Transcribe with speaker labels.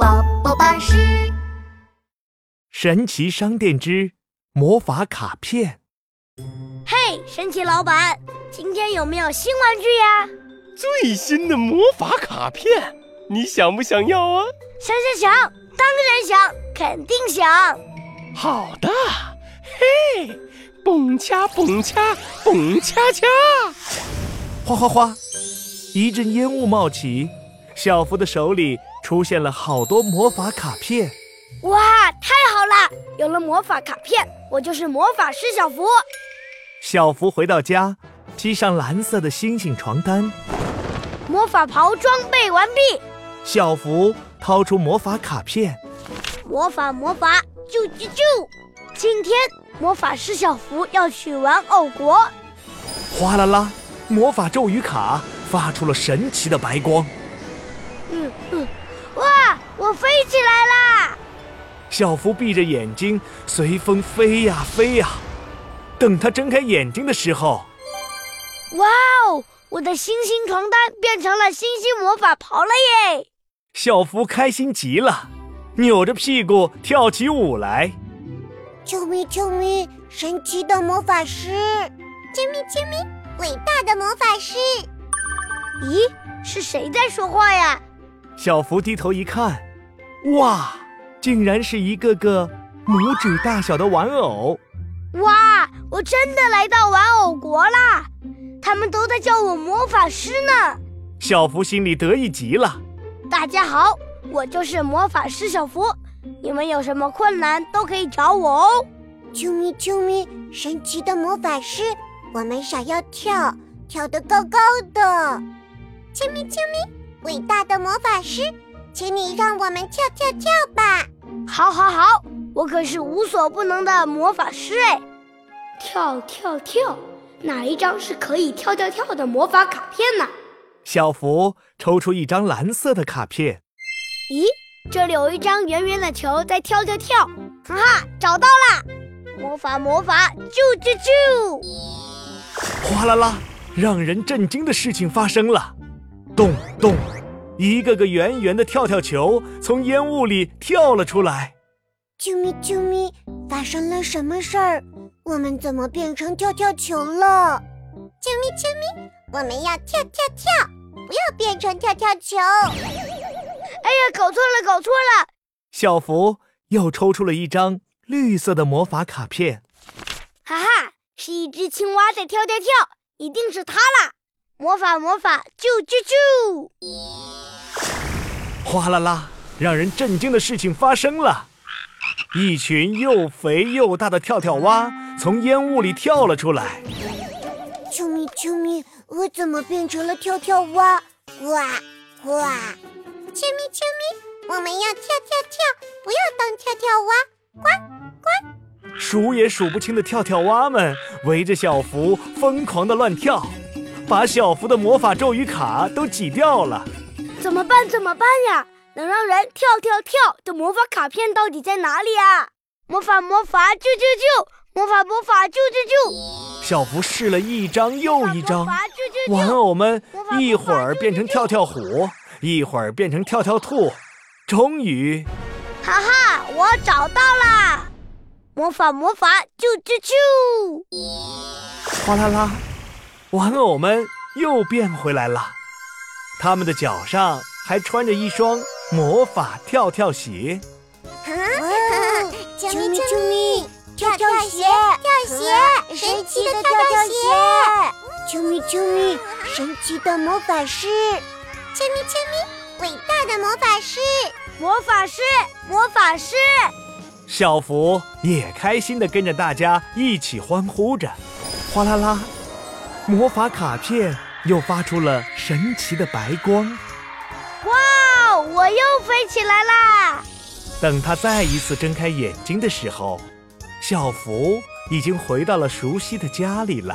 Speaker 1: 巴士
Speaker 2: 神奇商店之魔法卡片。
Speaker 1: 嘿，神奇老板，今天有没有新玩具呀？
Speaker 3: 最新的魔法卡片，你想不想要啊？
Speaker 1: 想想想，当然想，肯定想。
Speaker 3: 好的，嘿，蹦恰蹦恰蹦恰恰，
Speaker 2: 哗哗哗，一阵烟雾冒起，小福的手里出现了好多魔法卡片。
Speaker 1: 哇，太好了！有了魔法卡片，我就是魔法师小福。
Speaker 2: 小福回到家，披上蓝色的星星床单。
Speaker 1: 魔法袍装备完毕，
Speaker 2: 小福掏出魔法卡片，
Speaker 1: 魔法魔法，啾啾啾！今天魔法师小福要去玩偶国，
Speaker 2: 哗啦啦，魔法咒语卡发出了神奇的白光。
Speaker 1: 嗯嗯，哇，我飞起来啦！
Speaker 2: 小福闭着眼睛，随风飞呀飞呀。等他睁开眼睛的时候，
Speaker 1: 哇哦，我的星星床单变成了星星魔法袍了耶！
Speaker 2: 小福开心极了，扭着屁股跳起舞来。
Speaker 4: 啾咪啾咪，神奇的魔法师！
Speaker 5: 啾咪啾咪，伟大的魔法师！
Speaker 1: 咦，是谁在说话呀？
Speaker 2: 小福低头一看，哇，竟然是一个个拇指大小的玩偶。
Speaker 1: 哇，我真的来到玩偶国啦！他们都在叫我魔法师呢。
Speaker 2: 小福心里得意极了。
Speaker 1: 大家好，我就是魔法师小福，你们有什么困难都可以找我哦。
Speaker 4: 啾咪啾咪，神奇的魔法师！我们想要跳，跳得高高的。
Speaker 5: 啾咪啾咪，伟大的魔法师，请你让我们跳跳跳吧！
Speaker 1: 好，好，好，我可是无所不能的魔法师哎！跳跳跳，哪一张是可以跳跳跳的魔法卡片呢？
Speaker 2: 小福抽出一张蓝色的卡片，
Speaker 1: 咦，这里有一张圆圆的球在跳跳跳，哈哈，找到啦！魔法魔法，啾啾啾！
Speaker 2: 哗啦啦，让人震惊的事情发生了。咚咚，一个个圆圆的跳跳球从烟雾里跳了出来。
Speaker 4: 啾咪啾咪，发生了什么事儿？我们怎么变成跳跳球了？
Speaker 5: 啾咪啾咪，我们要跳跳跳，不要变成跳跳球！
Speaker 1: 哎呀，搞错了，搞错了！
Speaker 2: 小福又抽出了一张绿色的魔法卡片。
Speaker 1: 哈哈，是一只青蛙在跳跳跳，一定是它啦！魔法魔法，啾啾啾！
Speaker 2: 哗啦啦，让人震惊的事情发生了！一群又肥又大的跳跳蛙从烟雾里跳了出来。
Speaker 4: 啾咪啾咪，我怎么变成了跳跳蛙？
Speaker 5: 哇哇！啾咪啾咪，我们要跳跳跳，不要当跳跳蛙！
Speaker 2: 数也数不清的跳跳蛙们围着小福疯狂地乱跳，把小福的魔法咒语卡都挤掉了。
Speaker 1: 怎么办？怎么办呀？能让人跳跳跳的魔法卡片到底在哪里啊？魔法魔法，啾啾啾！魔法魔法，啾啾啾！
Speaker 2: 小福试了一张又一张
Speaker 1: 魔，法啾啾
Speaker 2: 玩
Speaker 1: 啾！
Speaker 2: 偶们一会儿变成跳跳虎，一会儿变成跳跳兔，终于，
Speaker 1: 哈哈，我找到啦！魔法魔法，啾啾啾！
Speaker 2: 哗啦啦，玩偶们又变回来了。他们的脚上还穿着一双魔法跳跳鞋。
Speaker 4: 哇哦
Speaker 5: 啾
Speaker 4: 啾咪
Speaker 5: 咪
Speaker 4: 啾
Speaker 5: 啾
Speaker 4: 咪，跳跳鞋，
Speaker 5: 跳鞋，神奇的跳跳鞋！
Speaker 4: 啾咪啾咪，神奇的魔法师！
Speaker 5: 啾咪啾咪，伟大的魔法师！
Speaker 1: 魔法师，魔法师！
Speaker 2: 小福也开心地跟着大家一起欢呼着，哗啦啦，魔法卡片又发出了神奇的白光。
Speaker 1: 哇哦，我又飞起来啦！
Speaker 2: 等他再一次睁开眼睛的时候，小福已经回到了熟悉的家里了。